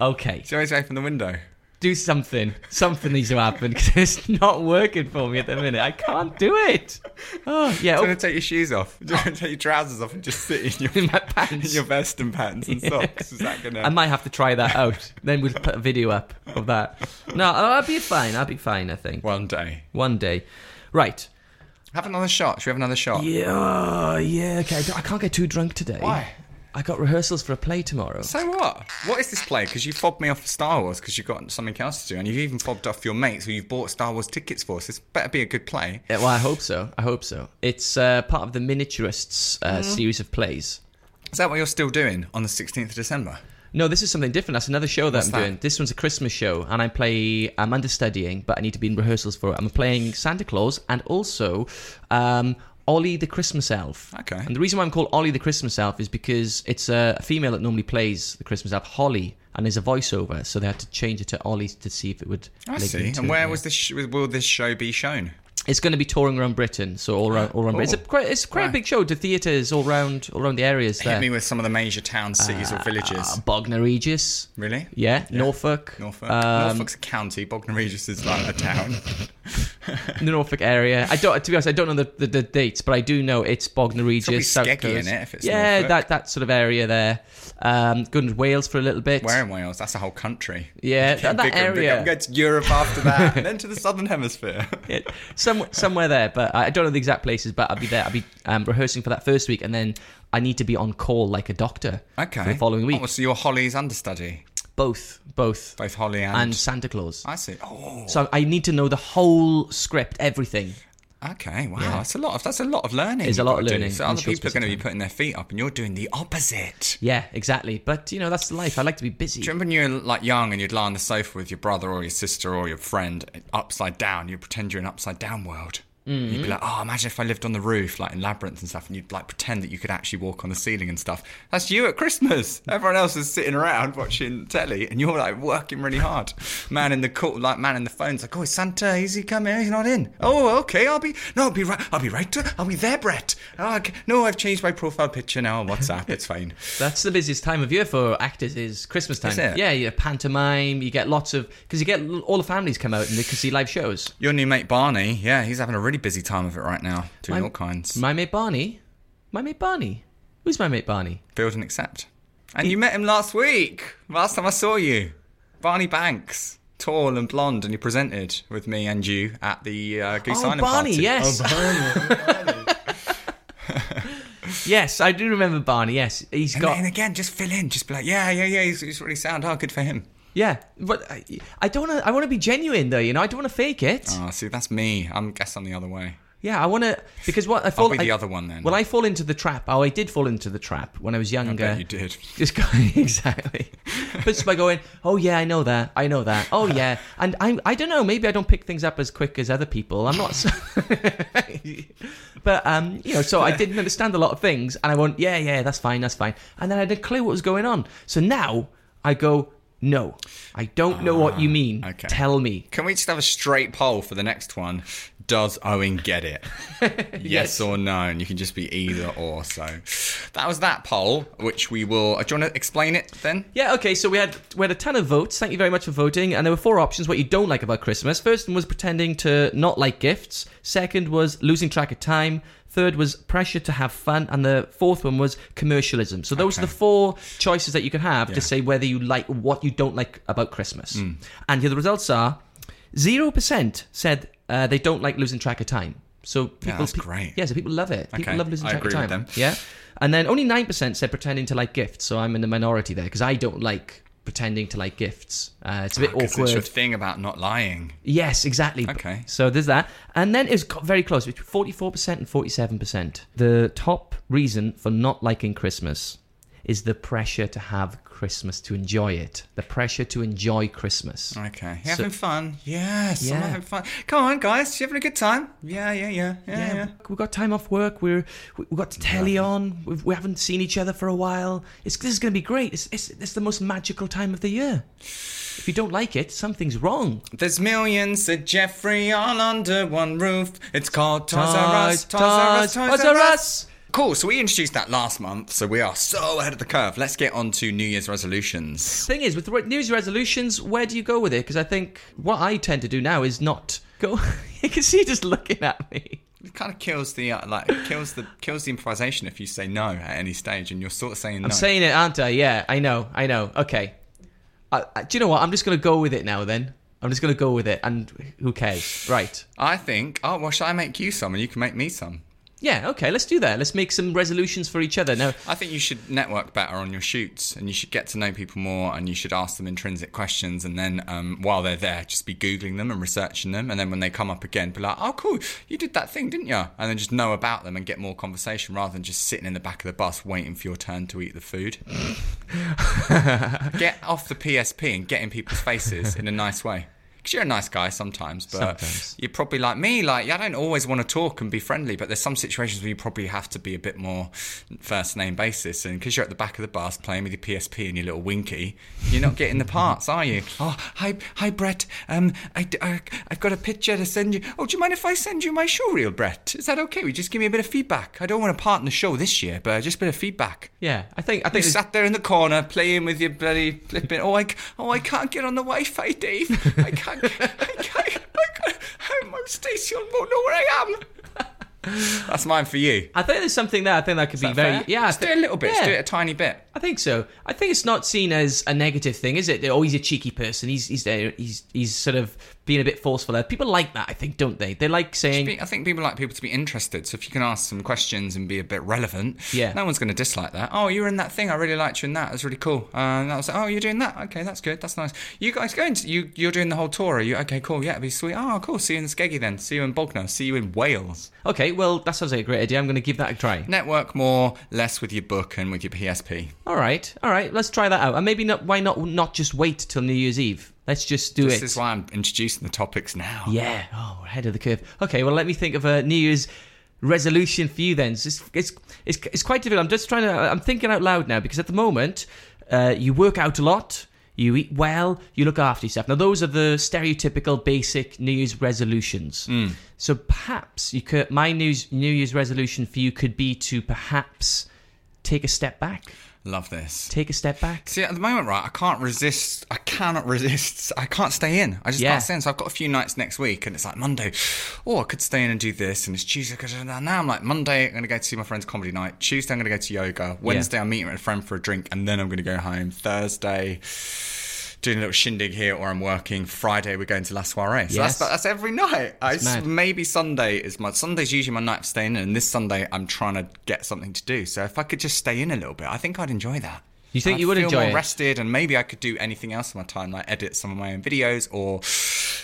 S4: Okay.
S3: Do you always open the window?
S4: do something. Something needs to happen because it's not working for me at the minute. I can't do it. Oh yeah,
S3: Do you
S4: oh,
S3: want to take your shoes off? Do you want to take your trousers off and just sit in your,
S4: my pants.
S3: in your vest and pants and socks? Is that gonna?
S4: I might have to try that out. then we'll put a video up of that. No, I'll be fine. I'll be fine. I think
S3: One day.
S4: one day. Right.
S3: Have another shot. Should we have another shot?
S4: Yeah, yeah. Okay, I don't- I can't get too drunk today.
S3: Why?
S4: I got rehearsals for a play tomorrow.
S3: So what? What is this play? Because you fobbed me off for Star Wars because you've got something else to do, and you've even fobbed off your mates who you've bought Star Wars tickets for. So this better be a good play.
S4: Yeah, well, I hope so. I hope so. It's uh, part of the Miniaturists uh, series of plays.
S3: Is that what you're still doing on the 16th of December?
S4: No, this is something different. That's another show that
S3: What's
S4: I'm
S3: that?
S4: doing. This one's a Christmas show, and I play. I'm understudying, but I need to be in rehearsals for it. I'm playing Santa Claus and also um, Ollie the Christmas Elf.
S3: Okay.
S4: And the reason why I'm called Ollie the Christmas Elf is because it's a female that normally plays the Christmas Elf, Holly, and is a voiceover. So they had to change it to Ollie to see if it would.
S3: I
S4: link
S3: see.
S4: into
S3: And
S4: it,
S3: where
S4: yeah.
S3: was this? Sh- will this show be shown?
S4: It's going to be touring around Britain, so all around, all around Britain. It's a quite, it's quite a
S3: Right.
S4: big show to theatres all around, all around the areas there.
S3: Hit me with some of the major towns, cities, or villages.
S4: Uh, Bognor Regis.
S3: Really?
S4: Yeah, Norfolk.
S3: Norfolk.
S4: Um,
S3: Norfolk's a county. Bognor Regis is like a town.
S4: the Norfolk area. I don't. To be honest, I don't know the, the, the dates, but I do know it's Bognor
S3: probably
S4: Regis, South
S3: Skeggy
S4: Coast.
S3: in it, if it's
S4: yeah,
S3: Norfolk.
S4: that that sort of area there. Um, going to Wales for a little bit.
S3: Where in Wales? That's a whole country.
S4: Yeah, that, that
S3: Bigger and bigger.
S4: area.
S3: We go to Europe after that, and then to the southern hemisphere.
S4: Yeah, some somewhere there, but I I don't know the exact places. But I'll be there. I'll be um, rehearsing for that first week, and then I need to be on call like a doctor.
S3: Okay.
S4: For the following week,
S3: Oh, so you're Holly's understudy,
S4: both, both,
S3: both Holly and.
S4: and Santa Claus.
S3: I see. Oh,
S4: So I need to know the whole script, everything.
S3: okay. Wow, that's a lot of that's a lot of learning.
S4: It's a
S3: you've
S4: lot
S3: got
S4: of
S3: to do.
S4: learning
S3: So
S4: in a
S3: other
S4: short
S3: people are
S4: space of
S3: going to be
S4: time.
S3: putting their feet up, and you're doing the opposite.
S4: Yeah, exactly. But you know, that's life. I like to be busy.
S3: Do you remember when you were like young and you'd lie on the sofa with your brother or your sister or your friend upside down? You'd pretend you're in an upside down world. You'd be like, oh, imagine if I lived on the roof, like in labyrinths and stuff, and you'd like pretend that you could actually walk on the ceiling and stuff. That's you at Christmas. Everyone else is sitting around watching telly, and you're like working really hard. Man in the court, like man in the phone's like, oh, is Santa, is he coming? He's not in. Oh, okay, I'll be no, I'll be right, I'll be right, to, I'll be there, Brett. Oh, okay. No, I've changed my profile picture now on WhatsApp. It's fine.
S4: That's the busiest time of year for actors is Christmas time.
S3: Is it?
S4: Yeah, you have pantomime, you get lots of because you get l- all the families come out and they can see live shows.
S3: Your new mate Barney, yeah, he's having a really busy time of it right now, doing
S4: My-
S3: all kinds.
S4: My mate Barney, my mate Barney, who's my mate Barney?
S3: Build and accept. And you met him last week. Last time I saw you, Barney Banks, tall and blonde, and he presented with me and you at the uh, Goose
S4: oh,
S3: Island
S4: Barney,
S3: party.
S4: yes, yes, I do remember Barney. Yes, he's
S3: And
S4: got
S3: then again, just fill in, just be like, yeah, yeah, yeah, he's, he's really sound. Oh, good for him.
S4: yeah, but I, I don't. Wanna, I want to be genuine though. You know, I don't want to fake it.
S3: Oh, see, that's me. I'm guess I'm the other way.
S4: Yeah, I want to because what I fall.
S3: be the
S4: I-
S3: other one then.
S4: Well, I fall into the trap. Oh, I did fall into the trap when I was younger.
S3: Yeah, you did.
S4: Just going exactly, but just by going, oh yeah, I know that, I know that, oh yeah, and I, I don't know, maybe I don't pick things up as quick as other people. I'm not, so- but um, you know, so I didn't understand a lot of things, and I went, yeah, yeah, that's fine, that's fine, and then I had a clue what was going on. So now I go, no, I don't know what you mean.
S3: okay.
S4: Tell me.
S3: Can we just have a straight poll for the next one? Does Owen get it? yes, or no? And you can just be either or. So that was that poll, which we will. uh, Do you want to explain it then?
S4: Yeah, okay, so we had we had a ton of votes. Thank you very much for voting. And there were four options what you don't like about Christmas. First one was pretending to not like gifts. Second was losing track of time. Third was pressure to have fun. And the fourth one was commercialism. So those are the four choices that you can have to say whether you like what you don't like about Christmas.
S3: Hmm.
S4: And here the results are 0% said uh, they don't like losing track of time. So people,
S3: that's
S4: pe-
S3: great.
S4: Yeah, so people love it. People
S3: Okay,
S4: love losing
S3: I
S4: track of
S3: agree
S4: time.
S3: with them.
S4: Yeah. And then only 9% said pretending to like gifts. So I'm in the minority there because I don't like pretending to like gifts. Uh, it's a bit
S3: Ah, 'Cause It's your
S4: awkward.
S3: thing about not lying.
S4: Yes, exactly.
S3: Okay.
S4: So there's that. And then it was co- very close between 44% and 47%. The top reason for not liking Christmas is the pressure to have Christmas, to enjoy it. The pressure to enjoy Christmas.
S3: Okay. You
S4: So-
S3: having fun? Yes, I'm
S4: Yeah.
S3: having fun. Come on, guys. You having a good time? Yeah, yeah, yeah, yeah, yeah.
S4: yeah, we've got time off work. We're we- we've got telly on. We've, we haven't seen each other for a while. It's this is going to be great. It's, it's it's the most magical time of the year. If you don't like it, something's wrong.
S3: There's millions of Jeffrey all under one roof. It's called Toys R Us. Toys
S4: Toys,
S3: R Us.
S4: Toys,
S3: Toys
S4: Toys
S3: R
S4: R
S3: Us. Cool. So we introduced that last month. So we are so ahead of the curve. Let's get on to New Year's resolutions.
S4: Thing is, with re- New Year's resolutions, where do you go with it? Because I think what I tend to do now is not go. you can see just looking at me.
S3: It kind of kills the uh, like kills the kills the improvisation if you say no at any stage and you're sort of saying no.
S4: I'm saying it, aren't I? Yeah, I know, I know. Okay. Uh, uh, do you know what? I'm just going to go with it now. Then I'm just going to go with it, and who cares? Right.
S3: I think. Oh well, shall I make you some and you can make me some?
S4: Yeah, okay, let's do that. Let's make some resolutions for each other. Now,
S3: I think you should network better on your shoots, and you should get to know people more, and you should ask them intrinsic questions, and then um, while they're there, just be googling them and researching them, and then when they come up again, be like, "Oh, cool, you did that thing, didn't you?" And then just know about them and get more conversation rather than just sitting in the back of the bus waiting for your turn to eat the food. get off the PSP and get in people's faces in a nice way. Because you're a nice guy sometimes, but
S4: Sometimes.
S3: you're probably like me. Like, I don't always want to talk and be friendly, but there's some situations where you probably have to be a bit more first name basis. And because you're at the back of the bus playing with your PSP and your little winky, you're not getting the parts, are you? Oh, hi, hi, Brett. Um, I, d- uh, I've got a picture to send you. Oh, do you mind if I send you my show reel, Brett? Is that okay? Will you just give me a bit of feedback? I don't want to part in the show this year, but just a bit of feedback.
S4: yeah, I think I
S3: You
S4: think it's-
S3: sat there in the corner playing with your bloody flipping. Oh, I, c- oh, I can't get on the Wi-Fi, Dave. I can't. I can't. I can't. I'm on station. I won't know where I am. That's mine for you.
S4: I think there's something there. I think that could be very
S3: Fair?
S4: yeah. I
S3: Just
S4: thi-
S3: do a little bit. Just
S4: yeah,
S3: do it a tiny bit.
S4: I think so. I think it's not seen as a negative thing, is it? Oh, he's a cheeky person. He's he's there. He's he's sort of being a bit forceful. there. People like that, I think, don't they? They like saying
S3: Be- I think people like people to be interested. So if you can ask some questions and be a bit relevant,
S4: Yeah.
S3: no one's going to dislike that. Oh, you were in that thing. I really liked you in that. It was really cool. Uh, and that was oh, you're doing that. Okay, that's good. That's nice. You guys going? To, you you're doing the whole tour? Are you okay? Cool. Yeah, it'd be sweet. Oh, cool. See you in Skeggy then. See you in Bognor. See you in Wales.
S4: okay, well, that sounds like a great idea. I'm going to give that a try.
S3: Network more, less with your book and with your PSP.
S4: All right, all right. Let's try that out. And maybe not. Why not? Not just wait till New Year's Eve. Let's just do
S3: This
S4: it.
S3: is why I'm introducing the topics now.
S4: Yeah. Oh, we're ahead of the curve. Okay. Well, let me think of a New Year's resolution for you then. It's just- it's it's, it's quite difficult. I'm just trying to. I'm thinking out loud now because at the moment, uh, you work out a lot. You eat well, you look after yourself. Now, those are the stereotypical basic New Year's resolutions. So perhaps you could, my New Year's, New Year's resolution for you could be to perhaps take a step back.
S3: Love this.
S4: Take a step back.
S3: See, at the moment, right, I can't resist. I cannot resist. I can't stay in. I just
S4: Yeah.
S3: can't stay in. So I've got a few nights next week, and it's like Monday. Oh, I could stay in and do this, and it's Tuesday. I could do that. Now I'm like, Monday, I'm going to go to see my friend's comedy night. Tuesday, I'm going to go to yoga. Wednesday, I'm meeting with a friend for a drink, and then I'm going to go home. Thursday, doing a little shindig here, or I'm working. Friday, we're going to La Soiree. So
S4: Yes.
S3: that's, that's every night. I s-
S4: mad.
S3: maybe Sunday is my Sunday's usually my night for staying in, and this Sunday I'm trying to get something to do. So if I could just stay in a little bit, I think I'd enjoy that.
S4: You think
S3: I'd
S4: you would
S3: feel
S4: enjoy
S3: more
S4: it?
S3: rested, and maybe I could do anything else in my time, like edit some of my own videos or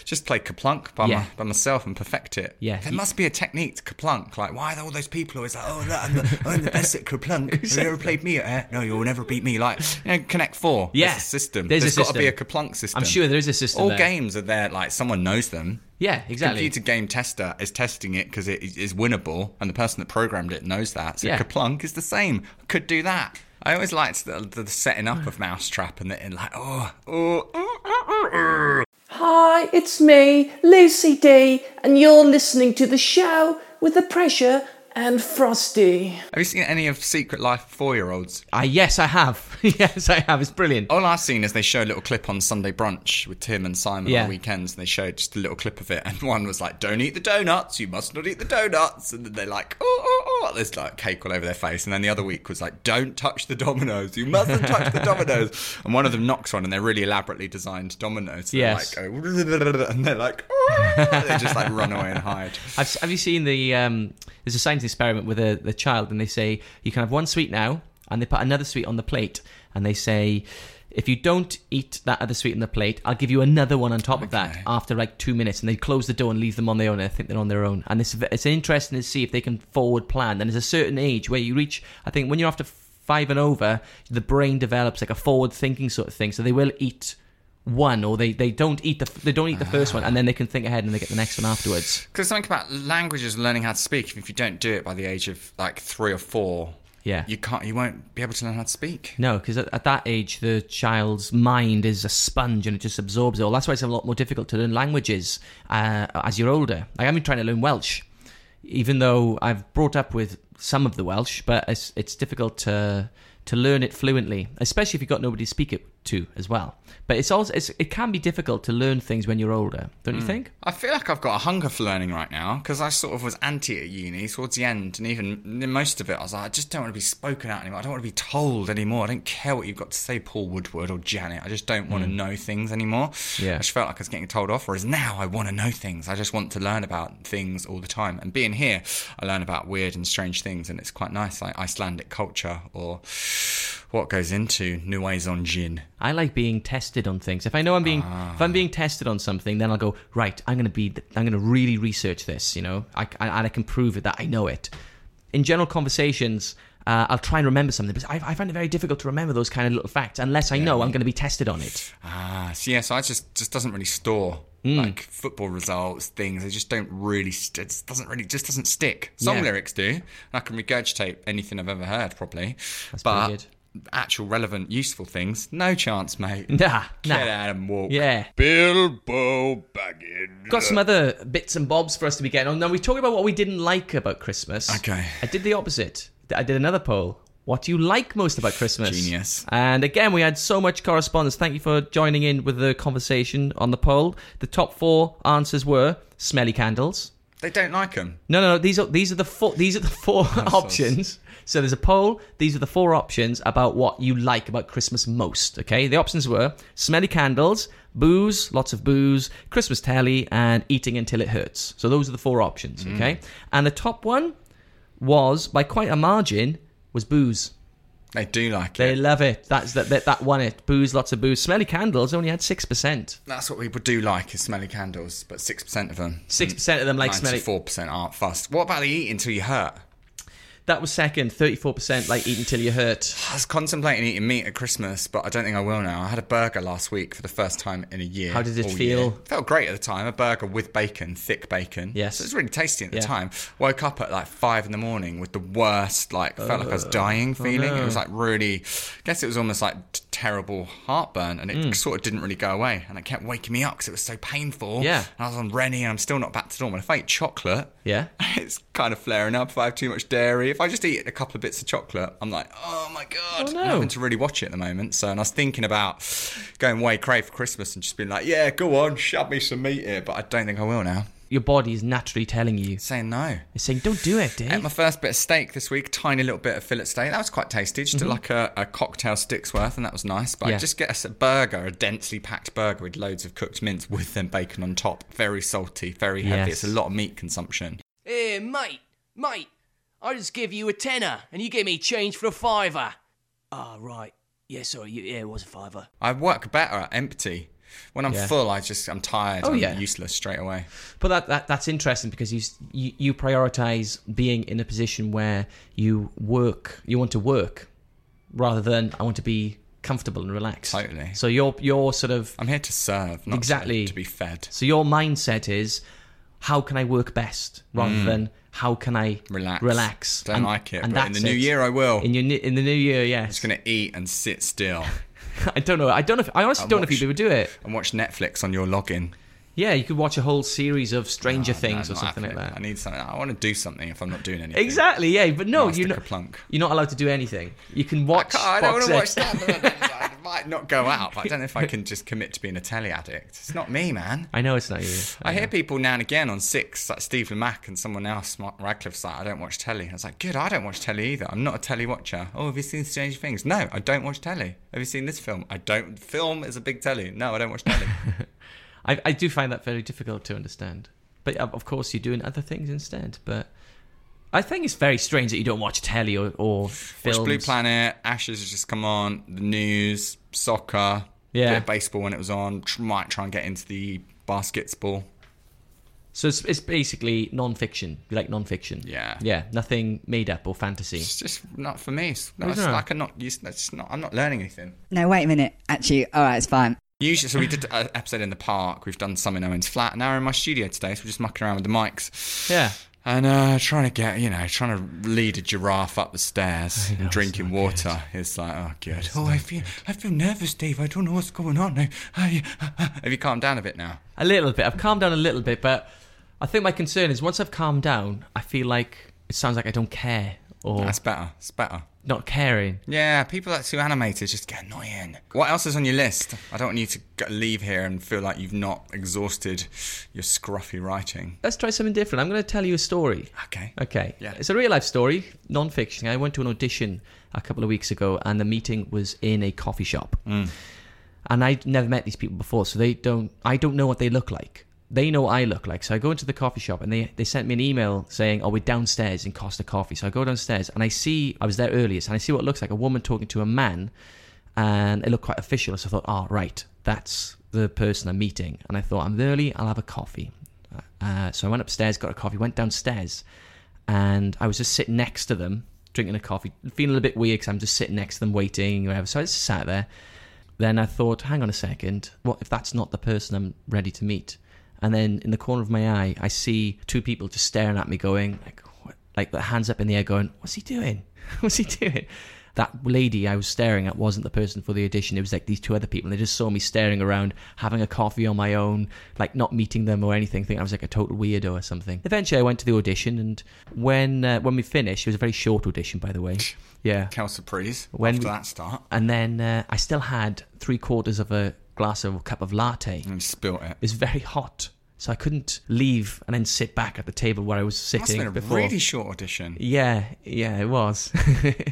S3: just play Kaplunk by,
S4: Yeah.
S3: my, by myself and perfect it.
S4: Yeah.
S3: there must be a technique to Kaplunk. Like, why are there all those people always like, oh, look, I'm the, I'm the best at Kaplunk. Have you ever played me? Eh, no, you'll never beat me. Like, you know, Connect Four.
S4: Yeah.
S3: there's a system.
S4: There's a
S3: There's got to be a
S4: system.
S3: Kaplunk system.
S4: I'm sure there is a system.
S3: All
S4: there.
S3: games are there. Like someone knows them.
S4: Yeah, exactly.
S3: Computer game tester is testing it because it is is winnable, and the person that programmed it knows that. So
S4: Yeah.
S3: Kaplunk is the same. Could do that. I always liked the, the setting up of Mousetrap and, the, and like, oh, oh, oh, oh, oh, oh.
S12: Hi, it's me, Lucy D, and you're listening to the show with the pressure and Frosty.
S3: Have you seen any of Secret Life of Four Year Olds?
S4: Ah, yes, I have. yes, I have. It's brilliant.
S3: All I've seen is they show a little clip on Sunday brunch with Tim and Simon
S4: Yeah.
S3: on weekends, and they showed just a little clip of it. And one was like, "Don't eat the donuts. You must not eat the donuts." And then they're like, "Oh, oh, oh!" There's like cake all over their face. And then the other week was like, "Don't touch the dominoes. You mustn't touch the dominoes." And one of them knocks one, and they're really elaborately designed dominoes. So
S4: Yes.
S3: They're like, oh, and they're like, oh, they just like run away and hide.
S4: I've, have you seen the? Um, there's a science experiment with a, the child, and they say you can have one sweet now, and they put another sweet on the plate, and they say if you don't eat that other sweet on the plate, I'll give you another one on top of that after like two minutes, and they close the door and leave them on their own. And I think they're on their own, and it's it's interesting to see if they can forward plan. And there's a certain age where you reach, I think, when you're after. five and over, the brain develops like a forward thinking sort of thing. So they will eat one, or they, they don't eat the f- they don't eat the first one, and then they can think ahead and they get the next one afterwards.
S3: Because something about languages, learning how to speak. If you don't do it by the age of like three or four,
S4: Yeah.
S3: you can't. You won't be able to learn how to speak.
S4: No, because at, at that age, the child's mind is a sponge and it just absorbs it all. That's why it's a lot more difficult to learn languages uh, as you're older. Like, I've been trying to learn Welsh, even though I've brought up with some of the Welsh, but it's, it's difficult to to learn it fluently, especially if you've got nobody to speak it to as well. But it's also it's, it can be difficult to learn things when you're older, don't you
S3: Mm.
S4: think?
S3: I feel like I've got a hunger for learning right now because I sort of was anti at uni towards the end, and even in most of it, I was like, I just don't want to be spoken out anymore. I don't want to be told anymore. I don't care what you've got to say, Paul Woodward or Janet. I just don't want to
S4: Mm.
S3: know things anymore.
S4: Yeah.
S3: I just felt like I was getting told off, whereas now I want to know things. I just want to learn about things all the time. And being here, I learn about weird and strange things, and it's quite nice, like Icelandic culture or what goes into nuaison gin.
S4: I like being tested on things. If I know I'm being if I'm being tested on something, then I'll go right. I'm gonna be th- I'm gonna really research this. You know, I, I, and I can prove it that I know it. In general conversations, uh, I'll try and remember something, but I, I find it very difficult to remember those kind of little facts unless I know I'm going to be tested on it.
S3: Ah, so yeah, so I just just doesn't really store
S4: Mm.
S3: like football results things. They just don't really st- it just doesn't really just doesn't stick. Song
S4: Yeah.
S3: lyrics do. And I can regurgitate anything I've ever heard probably, but actual relevant useful things, no chance, mate.
S4: Nah,
S3: get
S4: nah.
S3: out and walk.
S4: Yeah.
S3: Bilbo Baggins.
S4: Got some other bits and bobs for us to be getting on. Now we talked about what we didn't like about Christmas.
S3: Okay.
S4: I did the opposite. I did another poll. What do you like most about Christmas?
S3: Genius.
S4: And again, we had so much correspondence. Thank you for joining in with the conversation on the poll. The top four answers were smelly candles.
S3: They don't like them.
S4: No, no, no. These are these are the four these are the four options. So there's a poll. These are the four options about what you like about Christmas most. Okay, the options were smelly candles, booze, lots of booze, Christmas telly, and eating until it hurts. So those are the four options. Okay, and the top one was by quite a margin was booze.
S3: They do like
S4: They love it. That's that that, that won it. Booze, lots of booze. Smelly candles only had six percent.
S3: That's what people do like is smelly candles, but six percent of them.
S4: 6% of them like smelly-
S3: Four percent aren't fussed. What about the eat until you hurt?
S4: That was second, thirty-four percent. Like eat until you hurt.
S3: I was contemplating eating meat at Christmas, but I don't think I will now. I had a burger last week for the first time in a year.
S4: How did it
S3: all
S4: feel?
S3: year. Felt great at the time. A burger with bacon, thick bacon.
S4: Yes.
S3: So it was really tasty at the
S4: Yeah.
S3: time. Woke up at like five in the morning with the worst, like, felt like I was dying
S4: Oh,
S3: feeling. It
S4: no.
S3: was like really, I guess it was almost like t- terrible heartburn and it
S4: Mm.
S3: sort of didn't really go away. And it kept waking me up because it was so painful.
S4: Yeah.
S3: And I was on Rennie and I'm still not back to normal. If I eat chocolate,
S4: Yeah.
S3: it's kind of flaring up. If I have too much dairy, if I just eat a couple of bits of chocolate, I'm like, oh my god, I'm having to really watch it at the moment. So, and I was thinking about going way crazy for Christmas and just being like, yeah, go on, shove me some meat here, but I don't think I will now.
S4: Your body is naturally telling you.
S3: Saying no.
S4: It's saying, don't do it, Dave.
S3: Ate my first bit of steak this week, tiny little bit of fillet steak. That was quite tasty, just
S4: Mhm.
S3: like a, a cocktail stick's worth, and that was nice. But
S4: Yeah.
S3: I just get us a burger, a densely packed burger with loads of cooked mince with then bacon on top. Very salty, very heavy.
S4: Yes.
S3: It's a lot of meat consumption.
S13: Here, mate, mate, I just give you a tenner and you give me change for a fiver. Ah, right. Yeah, sorry, you, yeah, it was a fiver.
S3: I work better at empty. When I'm
S4: Yeah.
S3: full, I just I'm tired.
S4: Oh,
S3: I'm
S4: yeah.
S3: useless straight away.
S4: But that, that that's interesting because you, s- you you prioritize being in a position where you work, you want to work, rather than I want to be comfortable and relaxed. Totally. So your your sort of
S3: I'm here to serve, not
S4: exactly
S3: to, to be fed.
S4: So your mindset is how can I work best rather
S3: Mm.
S4: than how can I
S3: Relax.
S4: relax.
S3: Don't
S4: And-
S3: like it.
S4: and
S3: but in the
S4: that's
S3: new
S4: it.
S3: year, I will.
S4: In your ne- in the new year, yes.
S3: I'm just gonna eat and sit still.
S4: I don't know. I don't know. If, I honestly
S3: And
S4: don't know
S3: watch-
S4: if you would do it.
S3: And watch Netflix on your login.
S4: Yeah, you could watch a whole series of Stranger Things or
S3: not
S4: something like that.
S3: I need something. I want to do something if I'm not doing anything.
S4: Exactly. Yeah, but no, you're
S3: A
S4: not.
S3: plunk.
S4: You're not allowed to do anything. You can watch.
S3: I don't want
S4: box
S3: to watch
S4: it.
S3: that. but then I might not go out. But I don't know if I can just commit to being a telly addict. It's not me, man.
S4: I know it's not you.
S3: I hear people now and again on Six, like Steve Lamack and someone else, Mark Radcliffe's like, I don't watch telly. I was like, good, I don't watch telly either. I'm not a telly watcher. Oh, have you seen Stranger Things? No, I don't watch telly. Have you seen this film? I don't. Film is a big telly. No, I don't watch telly.
S4: I, I do find that very difficult to understand. But uh, of course, you're doing other things instead. But I think it's very strange that you don't watch telly or, or films.
S3: Watch Blue Planet, Ashes has just come on, the news, soccer,
S4: Yeah.
S3: bit of baseball when it was on. Tr- might try and get into the baskets ball.
S4: So it's, it's basically non-fiction. You like non-fiction?
S3: Yeah.
S4: Yeah. Nothing made up or fantasy.
S3: It's just not for me. It's, no,
S4: Is
S3: it's
S4: it?
S3: like I'm not, it's it's not. I'm not learning anything.
S14: No, wait a minute. Actually, all right, it's fine.
S3: Usually, so we did an episode in the park. We've done some in Owen's flat. Now we're in my studio today, so we're just mucking around with the mics.
S4: Yeah.
S3: And uh, trying to get, you know, trying to lead a giraffe up the stairs and drinking water. It's like, oh, good. Oh, I feel, I feel nervous, Dave. I don't know what's going on. I, I, have you calmed down a bit now?
S4: A little bit. I've calmed down a little bit, but I think my concern is once I've calmed down, I feel like it sounds like I don't care or
S3: That's better. It's better.
S4: not caring.
S3: Yeah, people that too animated just get annoying. What else is on your list? I don't want you to g- leave here and feel like you've not exhausted your scruffy writing.
S4: Let's try something different. I'm going to tell you a story.
S3: Okay.
S4: Okay. Yeah. It's a real life story, non fiction. I went to an audition a couple of weeks ago, and the meeting was in a coffee shop. And I'd never met these people before, so they don't. I don't know what they look like. They know what I look like. So I go into the coffee shop, and they they sent me an email saying, "Oh, we're downstairs in Costa Coffee." So I go downstairs, and I see I was there earliest, and I see what looks like a woman talking to a man, and it looked quite official. So I thought, "Oh, right, that's the person I'm meeting." And I thought, "I'm early. I'll have a coffee." Uh, so I went upstairs, got a coffee, went downstairs, and I was just sitting next to them, drinking a coffee, feeling a bit weird because I'm just sitting next to them, waiting, whatever. So I just sat there. Then I thought, hang on a second, what if that's not the person I'm ready to meet? And then in the corner of my eye, I see two people just staring at me, going like, what? like their hands up in the air, going, "What's he doing? What's he doing?" That lady I was staring at wasn't the person for the audition. It was like these two other people, and they just saw me staring around, having a coffee on my own, like not meeting them or anything. Thinking I was like a total weirdo or something. Eventually, I went to the audition, and when uh, when we finished, it was a very short audition, by the way. Yeah,
S3: Cal surprise.
S4: When
S3: after
S4: we-
S3: that start,
S4: and then uh, I still had three quarters of a glass of a cup of latte.
S3: And spilt it.
S4: It's very hot, so I couldn't leave and then sit back at the table where I was sitting
S3: Must have been a
S4: before.
S3: really short audition.
S4: Yeah, yeah, it was.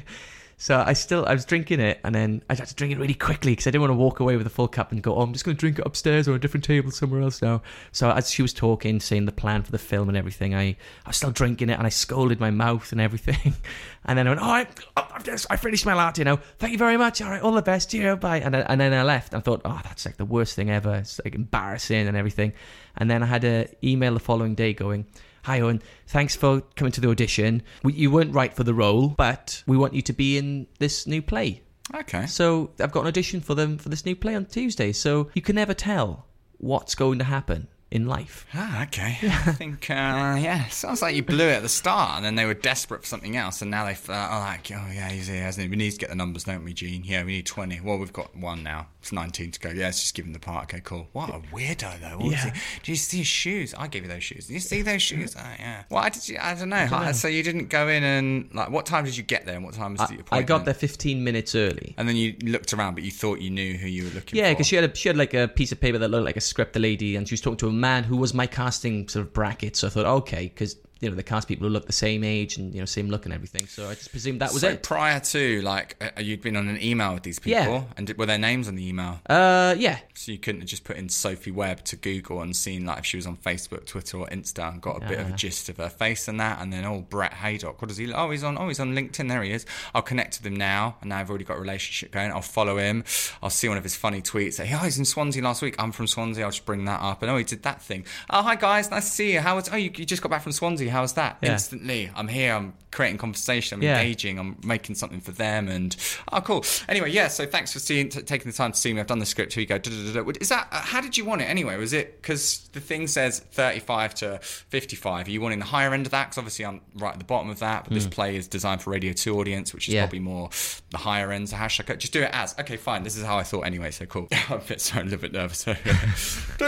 S4: so I still I was drinking it, and then I had to drink it really quickly because I didn't want to walk away with a full cup and go. Oh, I'm just going to drink it upstairs or a different table somewhere else now. So as she was talking, saying the plan for the film and everything, I I was still drinking it, and I scolded my mouth and everything, and then I went, all right, I've just, I finished my latte now. Thank you very much. All right, all the best. Cheerio, bye. And, I, and then I left. I thought, oh, that's like the worst thing ever. It's like embarrassing and everything. And then I had a email the following day going, Hi, Owen. Thanks for coming to the audition. We, you weren't right for the role, but we want you to be in this new play.
S3: Okay.
S4: So I've got an audition for them for this new play on Tuesday. So you can never tell what's going to happen in life.
S3: Ah, okay. I think, uh, yeah, sounds like you blew it at the start, and then they were desperate for something else, and now they thought, oh, like, oh yeah, he's here, hasn't he? We need to get the numbers, don't we, Gene? Yeah, we need 20. Well, we've got one now. It's 19 to go. Yeah, let's just give him the part. Okay, cool. What a weirdo, though. What was
S4: Yeah.
S3: he- Do you see his shoes? I gave you those shoes. Do you see those shoes? Oh, yeah. Why did you? I don't know.
S4: I don't know.
S3: So you didn't go in and, like, what time did you get there, and what time was the appointment?
S4: I, I got there 15 minutes early.
S3: And then you looked around, but you thought you knew who you were looking
S4: Yeah,
S3: for.
S4: because she had a, she had like a piece of paper that looked like a script, the lady, and she was talking to a man who was my casting sort of bracket. So I thought, okay, because you know the cast people look the same age and you know same look and everything. So I just presumed that was
S3: So
S4: it.
S3: Prior to, like, uh, you'd been on an email with these people,
S4: Yeah.
S3: and did, were their names on the email?
S4: Uh, yeah.
S3: So you couldn't have just put in Sophie Webb to Google and seen like if she was on Facebook, Twitter, or Insta, and got a bit of a
S4: Ah.
S3: gist of her face and that, and then oh Brett Haydock, what does he? look- Oh, he's on. Oh, he's on LinkedIn. There he is. I'll connect with him now, and now I've already got a relationship going. I'll follow him. I'll see one of his funny tweets. Say, oh, he's in Swansea last week. I'm from Swansea. I'll just bring that up. And oh, he did that thing. Oh, hi guys, nice to see you. How was? Oh, you, you just got back from Swansea. How was that?
S4: Yeah.
S3: Instantly, I'm here. I'm creating conversation. I'm
S4: Yeah.
S3: engaging. I'm making something for them. And oh, cool. Anyway, yeah. So thanks for seeing, t- taking the time to see me. I've done the script. Here you go. Da, da, da, da. Is that uh, how did you want it anyway? Was it because the thing says 35 to 55? Are you wanting the higher end of that? Because obviously I'm right at the bottom of that. But this
S4: Hmm.
S3: play is designed for Radio Two audience, which is
S4: Yeah.
S3: probably more the higher end. So how should I go? Just do it as okay, fine. This is how I thought anyway. So cool. I'm a bit sorry, a little bit nervous.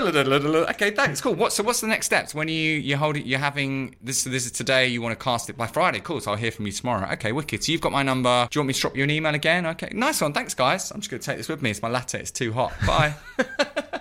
S3: okay, thanks. Cool. What, so what's the next steps? When are you you hold it? You're having this. so This is today. You want to cast it by Friday. Cool. So I'll hear from you tomorrow. Okay, wicked. So you've got my number. Do you want me to drop you an email again? Okay, nice one. Thanks, guys. I'm just gonna take this with me. It's my latte. It's too hot. Bye.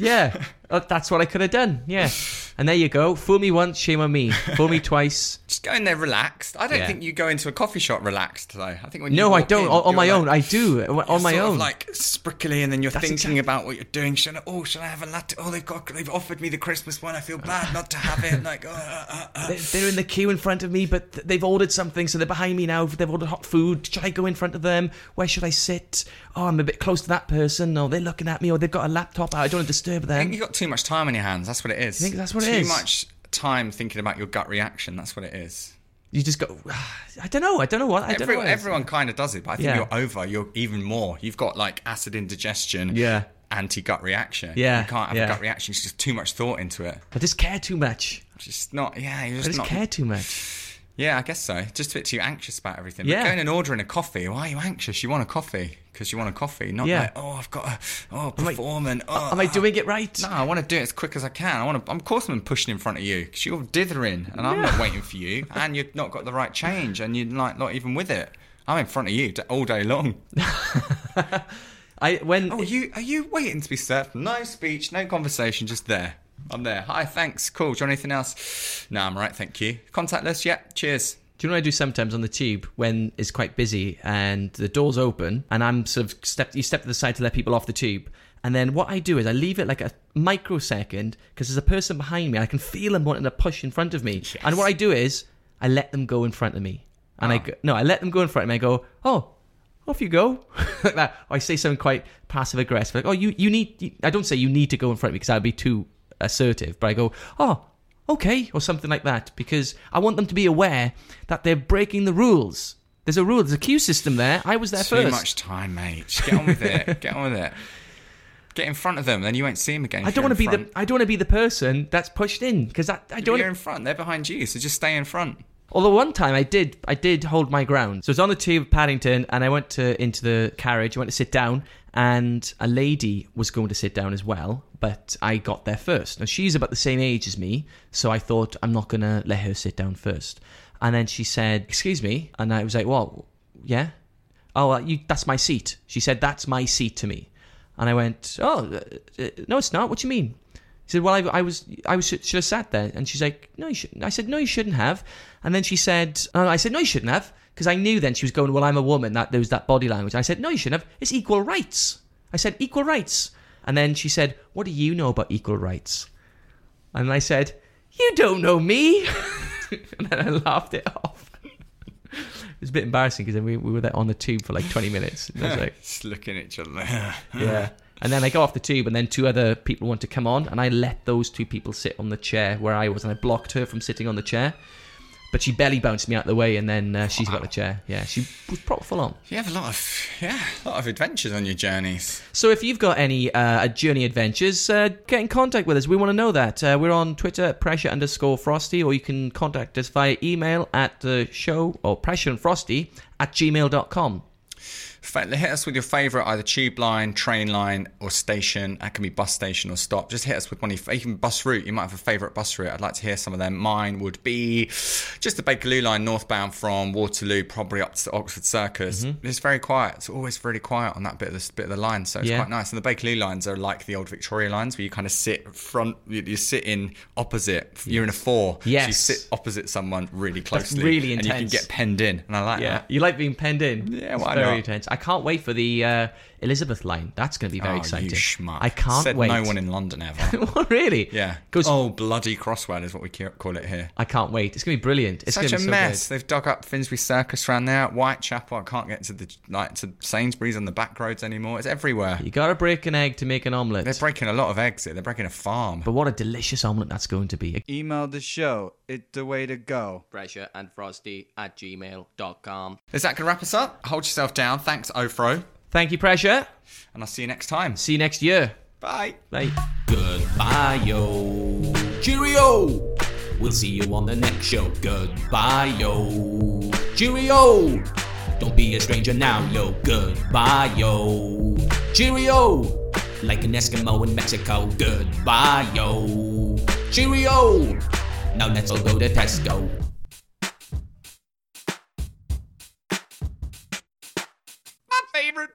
S4: Yeah, Oh, Uh, that's what I could have done. Yeah, and there you go. Fool me once, shame on me. Fool me twice,
S3: just go in there relaxed. I don't
S4: Yeah.
S3: think you go into a coffee shop relaxed though. I think when you
S4: No, I
S3: walk
S4: don't.
S3: in,
S4: on on
S3: you're
S4: my
S3: like-
S4: own, I do. On
S3: you're
S4: my
S3: sort of
S4: own.
S3: like sprickly, and then you're
S4: That's
S3: thinking about what you're doing. Should I, oh, should I have a latte? Oh, they've got they've offered me the Christmas one. I feel bad not to have it. Like, oh, uh, uh, uh.
S4: They- They're in the queue in front of me, but th- they've ordered something, so they're behind me now. They've ordered hot food. Should I go in front of them? Where should I sit? Oh, I'm a bit close to that person. Oh, they're looking at me, or they've got a laptop out. I don't want to disturb
S3: I think
S4: them.
S3: you got too much time on your hands. That's what it is.
S4: You think that's what it
S3: too
S4: is?
S3: Too much time thinking about your gut reaction. That's what it is.
S4: You just go. I don't know. I don't know what. I don't
S3: Every,
S4: know. what it is.
S3: everyone kind of does it, but I think
S4: Yeah.
S3: you're over. You're even more. You've got like acid indigestion.
S4: Yeah.
S3: Anti gut reaction.
S4: Yeah,
S3: You can't have
S4: yeah.
S3: a gut reaction. It's just too much thought into it.
S4: I just care too much.
S3: Just not. Yeah. You're
S4: I
S3: just,
S4: just
S3: not.
S4: care too much.
S3: Yeah, I guess so. Just a bit too anxious about everything. But
S4: Yeah.
S3: going and ordering a coffee. Why are you anxious? You want a coffee because you want a coffee, not
S4: Yeah.
S3: like oh I've got a oh perform and oh.
S4: Am I doing it right?
S3: no, I want to do it as quick as I can. I want to. I'm, of course, I'm pushing in front of you because you're dithering, and I'm not waiting for you, and you've not got the right change, and you're like not even with it. I'm in front of you d- all day long.
S4: I when
S3: oh, are you are you waiting to be served? No speech, no conversation, just there. I'm there. Hi, thanks. Cool. Do you want anything else? No, I'm all right. Thank you. Contactless. Yeah. Cheers.
S4: Do you know what I do sometimes on the tube when it's quite busy and the doors open and I'm sort of step you step to the side to let people off the tube and then what I do is I leave it like a microsecond because there's a person behind me and I can feel them wanting to push in front of me and what I do is I let them go in front of me and I go, no I let them go in front of me I go oh off you go like that or I say something quite passive aggressive like oh you you need you, I don't say you need to go in front of me because that would be too assertive but I go oh okay, or something like that, because I want them to be aware that they're breaking the rules. There's a rule, there's a queue system there. I was there
S3: Too
S4: first.
S3: much time, mate. Just get on with it. get on with it. Get in front of them, then you won't see them again.
S4: I don't want to be the I don't want to be the person that's pushed in because that I don't.
S3: You're in front. They're behind you, so just stay in front.
S4: Although one time I did, I did hold my ground. So I was on the tube at Paddington, and I went to into the carriage. I went to sit down, and a lady was going to sit down as well, but I got there first. Now she's about the same age as me, so I thought I'm not gonna let her sit down first. And then she said, "Excuse me," and I was like, "Well, yeah." Oh, uh, you, that's my seat. She said, "That's my seat" to me, and I went, "Oh, uh, uh, no, it's not. What do you mean?" She said, "Well, I, I was, I was should have sat there." And she's like, "No, you shouldn't." I said, "No, you shouldn't have." And then she said, uh, "I said, no, you shouldn't have," because I knew then she was going, "Well, I'm a woman." That there was that body language. I said, "No, you shouldn't have. It's equal rights." I said, "Equal rights." And then she said, "What do you know about equal rights?" And I said, "You don't know me." and then I laughed it off. it was a bit embarrassing because then we, we were there on the tube for like 20 minutes. And I was like,
S3: just looking at each other.
S4: yeah. And then I go off the tube, and then two other people want to come on, and I let those two people sit on the chair where I was, and I blocked her from sitting on the chair. But she belly bounced me out the way, and then uh, she's got the chair. Yeah, she was proper full on.
S3: You have a lot of yeah, a lot of adventures on your journeys.
S4: So if you've got any uh, journey adventures, uh, get in contact with us. We want to know that. Uh, we're on Twitter at pressure underscore frosty, or you can contact us via email at the show or pressure and frosty at gmail.com.
S3: Fa- Hit us with your favourite, either tube line, train line, or station. That can be bus station or stop. Just hit us with one of your, even bus route. You might have a favourite bus route. I'd like to hear some of them. Mine would be just the Bakerloo line northbound from Waterloo, probably up to Oxford Circus.
S4: Mm-hmm.
S3: It's very quiet. It's always really quiet on that bit of the bit of the line, so it's
S4: Yeah.
S3: quite nice. And the Bakerloo lines are like the old Victoria lines, where you kind of sit front, you, you sit in opposite. You're in a four. So you
S4: Yes.
S3: sit opposite someone really closely.
S4: really
S3: And you can
S4: intense.
S3: get penned in, and I like
S4: Yeah,
S3: that.
S4: Uh, you like being penned in.
S3: Yeah,
S4: It's
S3: why
S4: very
S3: not?
S4: intense. I can't wait for the uh, Elizabeth line. That's going to be very
S3: Oh,
S4: exciting.
S3: You schmuck.
S4: I can't
S3: Said
S4: wait.
S3: No one in London ever.
S4: oh, really?
S3: Yeah.
S4: Goes-
S3: oh, bloody Crosswell is what we ca- call it here.
S4: I can't wait. It's going to be brilliant. It's
S3: Such
S4: gonna
S3: a
S4: be so
S3: mess.
S4: good.
S3: They've dug up Finsbury Circus round there, Whitechapel. I can't get to the like to Sainsbury's on the back roads anymore. It's everywhere.
S4: You got to break an egg to make an omelette.
S3: They're breaking a lot of eggs. here. They're breaking a farm.
S4: but what a delicious omelette that's going to be.
S15: Email the show. It's the way to go.
S5: Pressure and frosty at gmail.com.
S3: Is that gonna wrap us up? Hold yourself down. Thanks, Ofro.
S4: Thank you, Pressure.
S3: And I'll see you next time.
S4: See you next year.
S3: Bye.
S4: Bye.
S2: Goodbye, yo. Cheerio. We'll see you on the next show. Goodbye, yo. Cheerio. Don't be a stranger now, yo. Goodbye, yo. Cheerio. Like an Eskimo in Mexico. Goodbye, yo. Cheerio. Now let's all go to Tesco.